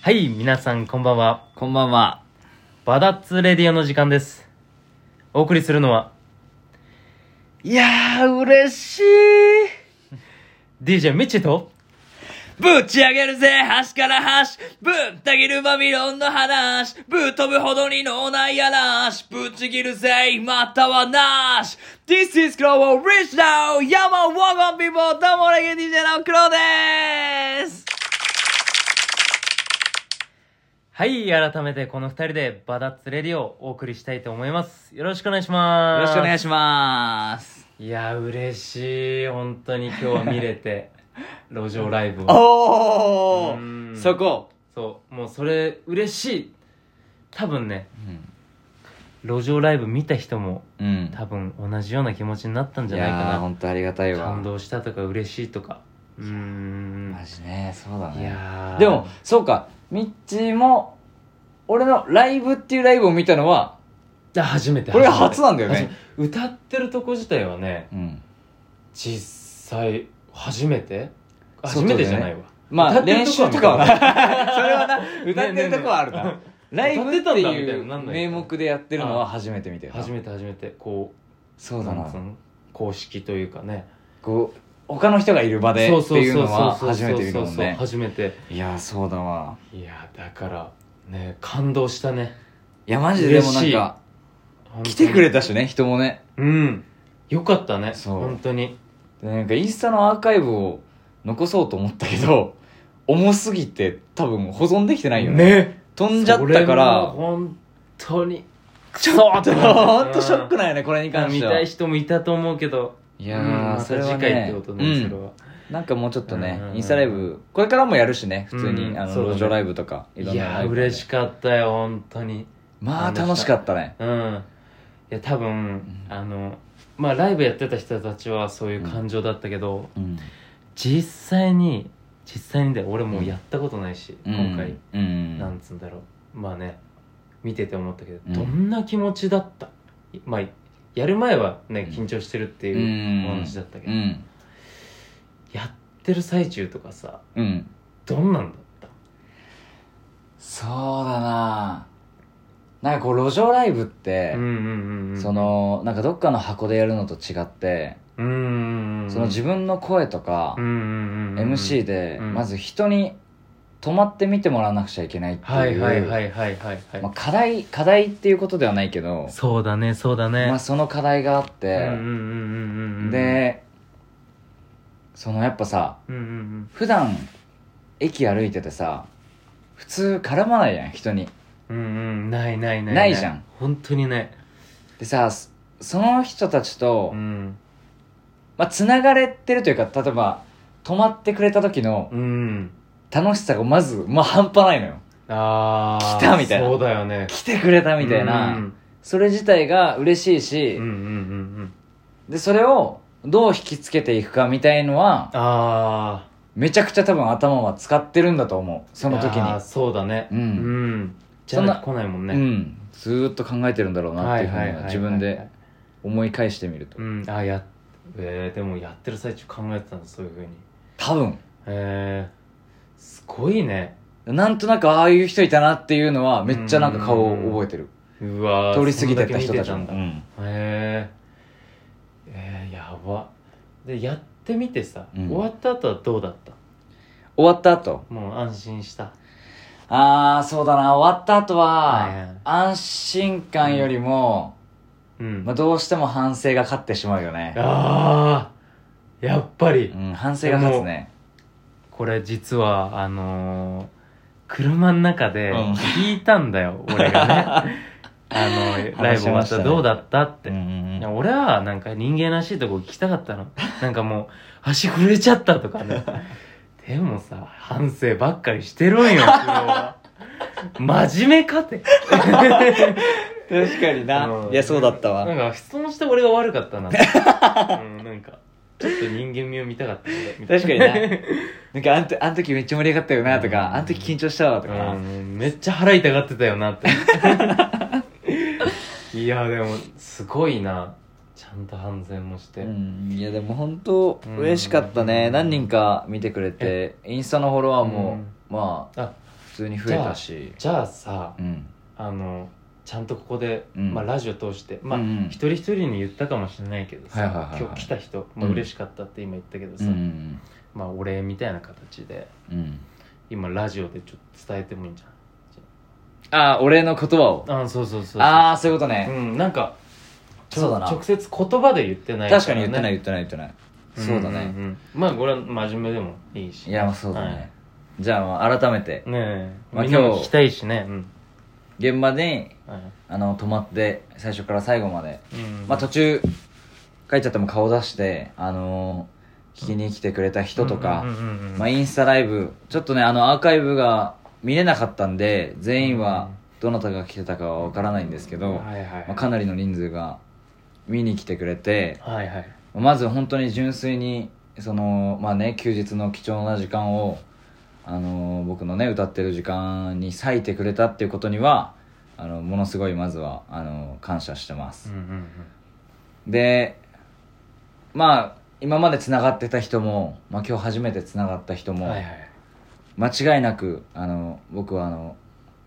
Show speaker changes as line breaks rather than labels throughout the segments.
はい、皆さんこんばんは。
こんばんは。
バダッツレディオの時間です。お送りするのは、いやー、嬉しい !DJ ミッチーと、
ぶち上げるぜ、端から端。ぶった切るバビロンの話。ぶっ飛ぶほどに脳内嵐。ぶち切るぜ、またはなし。This is Global Rich Now! 山 Wagon People! どうもレゲエ DJ のクロです
はい、改めてこの二人でバダッツレディオをお送りしたいと思います。よろしくお願いします。
よろしくお願い
し
します。
ます。いやー、嬉しい。本当に今日は見れ て、路上ライブを。
お
うーん
ーそこ。
そう、もうそれ、嬉しい。多分ね、路上ライブ見た人も、
うん
多分同じような気持ちになったん
い
じゃないか
やー、
な。
ほんとありがたいわ
感。動したとか嬉しいとかうーん
マジね、そうだね。
いやー
でもそうかミッチーも俺のライブっていうライブを見たのは
じゃあ初めて
これが初なんだよね
初めて歌ってるとこ自体はね
うん
実際初めて初
外でね
めてじゃないわ、
ま
歌
あ
ってる
練習とかは
とこは見た
ね それはな歌ってるとこはある
ね
なラ
ね
イ
ね
ブ
ね
って
歌ってたんだみたい
い
になん
う
ないよね
名目でやってるのは初めて見たよな
初めて初めてこ
そううだ
ん
な
つうの公式というかね
こう他の人がいる場でっていうのは初めて見たもんね
初めて
いやそうだわ
いやだからね感動したね
いやマジででもな
嬉し
ん
い
か
本当に
来てくれたしね人もね
うんよかったね
そう
本当に
でなんかインスタのアーカイブを残そうと思ったけど重すぎて多分保存できてないよね飛んじゃったか
それも
ら
本当に
ちょっとほんとショック
な
なんよねこれに関し
見
て
た
はい
人もいたと思うけど
い
い
や
ま
ー
た
それは
次回って
ね
こと
う
ねそれ
ん
は
なんかもうちょっとね
うん
インスタライブこれからもやるしね普通
うん
にあ
そうだ
の
ね
路上ライブとかいろ
い
んな
や
ライ
ー
ブ
嬉しかったよ本当に
まあ楽しかったね
うんいや多分あのまあライブやってた人たちはそういう感情だったけど
うん
実際に実際にで俺もうやったことないし
うん
今回
うん
なんつうんだろうまあね見てて思ったけど
うん
どんな気持ちだったまあやる前はね
うん
緊張してるって
う
いうんお話だったけ
う
ど
ん
やってる最中とかさ
うん
どんなんだっ
そうだななんかこう路上ライブって
たうんうんうん
そのなんかどっかの箱でやるのと違って
うんうんうん
その自分の声とか
うんうんうんうん
MC で
うん
まず人に泊まって見てもらわなくちゃいけないって
はい
い
はいうはいはいはいはい、
まあ課題課題っていうことではないけど、
そうだねそうだね、
まあ、その課題があっ
うんうんう
て、
んうんうん
でそのやっぱさ
うんうん
普段駅歩いててさ普通絡まないじゃん人に
うんうんうんないないない
ないじゃん
本当にね
でさそその人たちと、
うん
まあ、つながれてるというか例えば泊まってくれた時の
うん
楽しさがまず、まあ、半端ないのよ
ああ
来たみたいな
そうだよね
来てくれたみたいな、
うん
それ自体が嬉しいし、
うんうんうんうん
でそれをどう引きつけていくかみたいのは
ああ
めちゃくちゃ多分頭は使ってるんだと思うその時に
そうだね
うん
うんじゃ
そん
な
な
きゃ来ないもんね
うんずーっと考えてるんだろうなっていうふうには自分
はいはいはい
で
はい
思い返してみると
うんあやえー、でもやってる最中考えてたんだそういうふうに
多分
えー、すごいね
なんとなくああいう人いたなっていうのはめっちゃなんか顔を覚えてる
うわー
通り過ぎてった人たち
そ
も
んだけ見てたんだ
うん
へええー、やばでやってみてさ、
うん
終わった後はどうだった
終わった後
もう安心した
ああそうだな終わった後
はいは
はい安心感よりも、
うん、
まあ、どうしても反省が勝ってしまうよね、
あーやっぱり、
うん、反省が勝つね
これ実はあのー車の中で
うん
聞いたんだよ、俺が ねあのライブ
話し
終わ
ま
っ
した
た
ね
らどうだったって、
うんうん
い
うん
や俺はなんか人間らしいとこ聞きたかったの なんかもう足震えちゃったとか ねでもさ反省ばっかりして るんよ苦労は真面目かって
確かにな
うん
いやそうだった
な
わ
んか質問して俺が悪かった なって、うん、なんかちょっと人間味を見たかった俺
確かにななんかあんとあん時めっちゃ盛り上がったよなとかあん時緊張したわとか
うんめっちゃ腹痛がってたよなって いやでもすごいなちゃんと反省もして、
うんいやでも本当
うん
嬉しかったね、何人か見てくれてインスタのフォロワーも、
うん
まあ
あ
通に増えたし
じゃあさ
うん
あのちゃんとここで、
うん
まあ、ラジオ通して、まあ
うんうん
一人一人に言ったかもしれないけどさ、
はいはいはいはい
今日来た人、まあ
うん
嬉しかったって今言ったけど
う
さ、
ん
まあ、お礼みたいな形で
うん
今ラジオでちょっと伝えてもいいんじゃない
ああ俺の言葉を
あそうそうそうそう
ああそういうことね
うんなんかちょ
そうだな
直接言葉で言ってないらね
確かに言ってない言ってない言ってないそうだね
んんんまあこれは真面目でもいいし
いやまあそうだ
はい
ねじゃあまあ改めて
ねえ、
まあ
みんなも
今日
聞きたいしねうん、
現場で
はい
あの泊まって最初から最後まで
うん、
まあ途中帰っちゃっても顔出してあのー聞きに来てくれた人とか
うんうんうんうん
まあインスタライブちょっとねあのアーカイブが見れなかったんで全員はどなたが来てたかはわからないんですけど、
はいはい
まあ、かなりの人数が見に来てくれて
はいはい
まず本当に純粋にそのまあね休日の貴重な時間をあの僕のね歌ってる時間に割いてくれたっていうことにはあのものすごいまずはあの感謝してます
うんうんうん
でまあ今までつながってた人も、まあ、今日初めてつながった人も、
はいはい
間違いなくあの僕はあの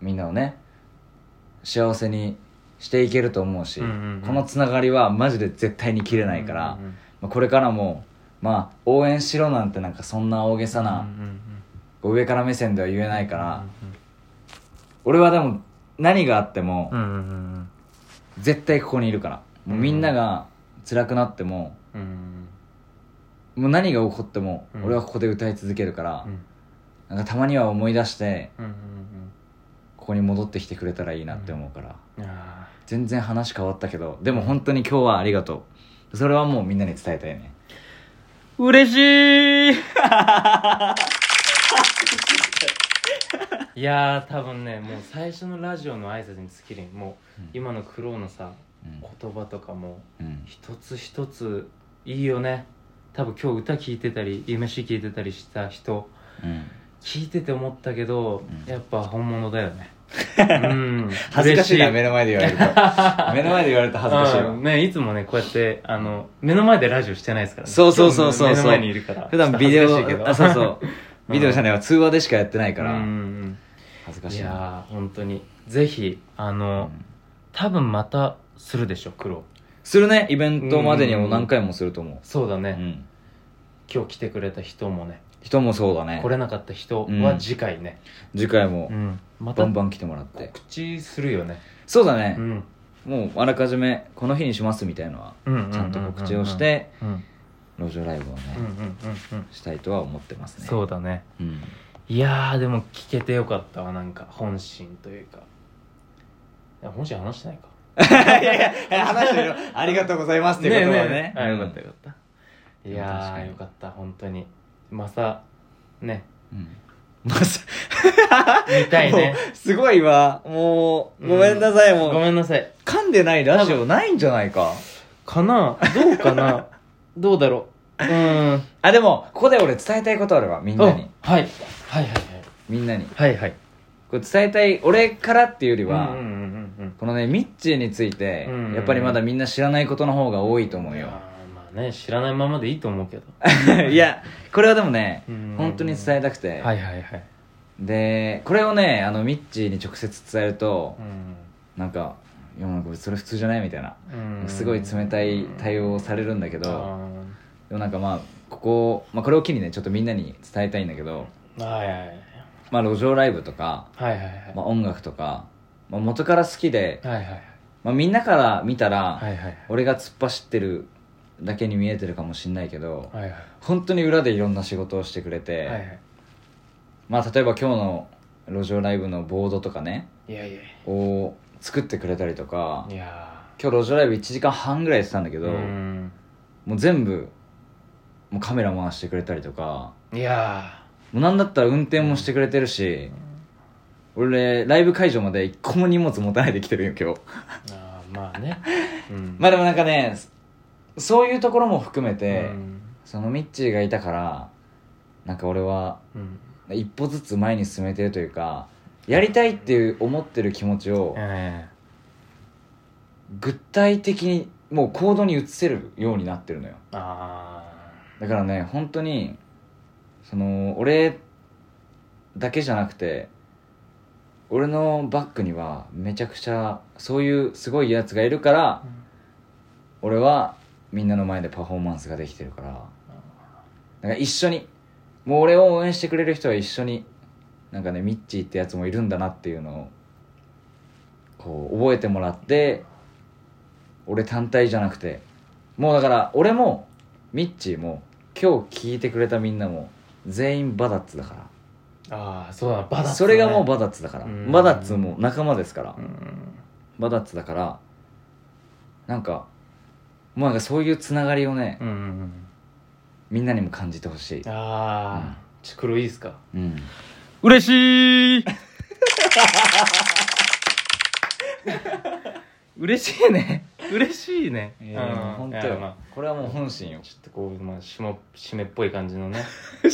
みんなをね幸せにしていけると思うし、
うんうんうん
このつながりはマジで絶対に切れないから、
うんうんうん
まあ、これからも、まあ、応援しろなんてなんかそんな大げさ
う
な、
んうん
こう上から目線では言えないか
う
ら、
ん
俺はでも何があっても、
うんうんうん
絶対ここにいるからもうみんなが辛くなっても
うんうん
もう何が起こっても、
うん
俺はここで歌い続けるから
う、ん
なんかたまには思い出して
うんうん
ここに戻ってきてくれたらいいなって思うから。
うんあ
全然話変わったけどでも本当に今日はありがとうそれはもうみんなに伝えたいね
ー嬉しいいやー多分ねもう最初のラジオの挨拶に尽きるもう
うん
今の苦労のさ
うん
言葉とかも
うん
一つ一ついいよね多分今日歌聞いてたり夢し聞いてたりした人
うん
聞いてて思ったけど、
うん
やっぱ本物だよねうん
恥ずかしいな
嬉
目の前で言われると 目の前で言われると恥ずかしい
うん
わ
ねいつもねこうやってあの目の前でラジオしてないですからね
そうそうそうそう
今日目の前にいるから
普段ビデ
ちょっと恥ず
オあ
かしい
そう
け
そ
ど
うビデオじゃないわ通話でしかやってないか
うん
ら
うん
恥ず
う
か
ん
し
い
いな
やー本当にぜひあ
う
の、
ん
多分またするでしょ苦労
するねイベントまでにも何回もすると思
そうだ
う
ね、
うん
今日来てくれた人もね
人もそうだね
来れなかった人
う
は
ん
次回ね、
次回も
うんま
バ
た
ンバン来てもらって
告知するよね、
そうだね
ん、
もうあらかじめこの日にしますみたいなのは
うんうんうんうんうん
ちゃんと告知をして
うんうん
路上ライブをね、
うんうんうん
したいとは思ってますね
そうだね
うん、
いやーでも聞けてよかったわなんか本心というかいや本心話してないか
いやいや話してるよありがとうございますっていうことはね
あよかった
う
よかった、
ん
いや
確か
ー
に
よかった本当にまさね
んうんまさ
見たいね
もうすごいわもうごめんなさい、もう
ごめんなさい
噛んでないラジオないんじゃないか
かなどうか などうだろううーん
あでもここで俺伝えたいことあるわみん
お
な
はい
に
はいはい
みんなに
はいはいはい
これ伝えたい俺からっていうより
うんう
は、
んうんうん
このねミッチーについて、
うん
やっぱりまだみんな知らないことの方が多いと思
い
う
や
よ
ーまあね知らないままでいいと思うけど
いやこれはでもね
うん
本当に伝えたくて、
はいはいはい
でこれをねあのミッチーに直接伝えると
うん
なんか「いやなんかそれ普通じゃない?」みたいな
うん
すごい冷たい対応をされるんだけ
あ
どでもなんかまあここ、まあ、これを機にねちょっとみんなに伝えたいんだけど、
ーはいはいはい
まあ、路上ライブとか、
はいはいはい
まあ、音楽とか、まあ、元から好きで、
はいはいはい
まあ、みんなから見たら、
はいはい
俺が突っ走ってるだけに見えてるかもしんないけど
はいはい
本当に裏でいろんな仕事をしてくれて、
はいはい
まあ、例えば今日の路上ライブのボードとかね
いやいや
を作ってくれたりとか
いや
今日路上ライブ1時間半ぐらいやってたんだけ
ー
ど、
うん
もう全部もうカメラ回してくれたりとか
いや
もうなんだったら運転もしてくれてるし、俺ライブ会場まで一個も荷物持たないで来てるよ今
ー
日
あーまあねうん
まあでもなんかねそういうところも含め
う
て、
ん
そのミッチーがいたからなんか俺は
うん
一歩ずつ前に進めてるというかやりたいっていう思ってる気持ちを
え
具体的にもう行動に移せるようになってるのよ
ーあ
だからね本当にその俺だけじゃなくて俺のバックにはめちゃくちゃそういうすごいやつがいるから、
ん
俺はみんなの前でパフォーマンスができてるからなんか一緒にもう俺を応援してくれる人は一緒になんかねミッチーってやつもいるんだなっていうのをこう覚えてもらって俺単体じゃなくてもうだから俺もミッチーも今日聞いてくれたみんなも全員バダッツだから
ああそうだバダッツだね
それがもうバダッツだから
うん
バダッツも仲間ですから
うん
バダッツだからなんかもうなんかそういうつながりをね
うんうんうん
みんなにも感じてほしい
ああちょ黒いいですか
うん
嬉しい嬉しいね嬉しいね、
いや
うん
本当
いやまあ
よこれはもう本心 よ。
ちょっとこう、まあ、しも、締めっぽい感じのね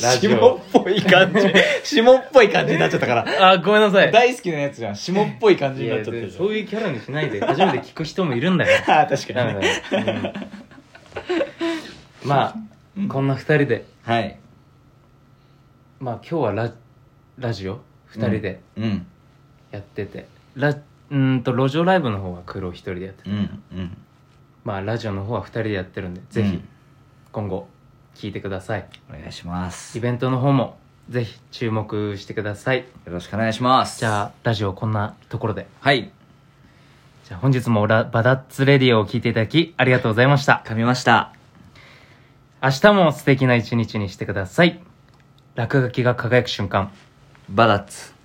ラジ
っ
オ。
ぽい感じ霜っぽい感じになっちゃったから
あ、ごめんなさい。
大好きなやつじゃん霜っぽい感
いやで
じゃん。
そういうキャラにしないで、初めて聞く人もいるんだよ
あー確
なの
ね
で、うんまあ、こんな二人で、
はい
まあ今日はラ、ラジオ二人で
うん
やってて、ラ、うーんと、路上ライブの方は黒一人でやってて、
うんうん
まあラジオの方は二人でやってるんで、ぜ
う
ひ
ん、
今後、聞いてください。
お願いします
イ
よ
ベントの方も、ぜひ注目してください。
ろしくお願いします
じゃあ、ラジオこんなところで。
はい
じゃあ本日もラバダッツレディオを聞いていただきありがとうございました。
噛みました
明日も素敵な一日にしてください。落書きが輝く瞬間。
バダッツ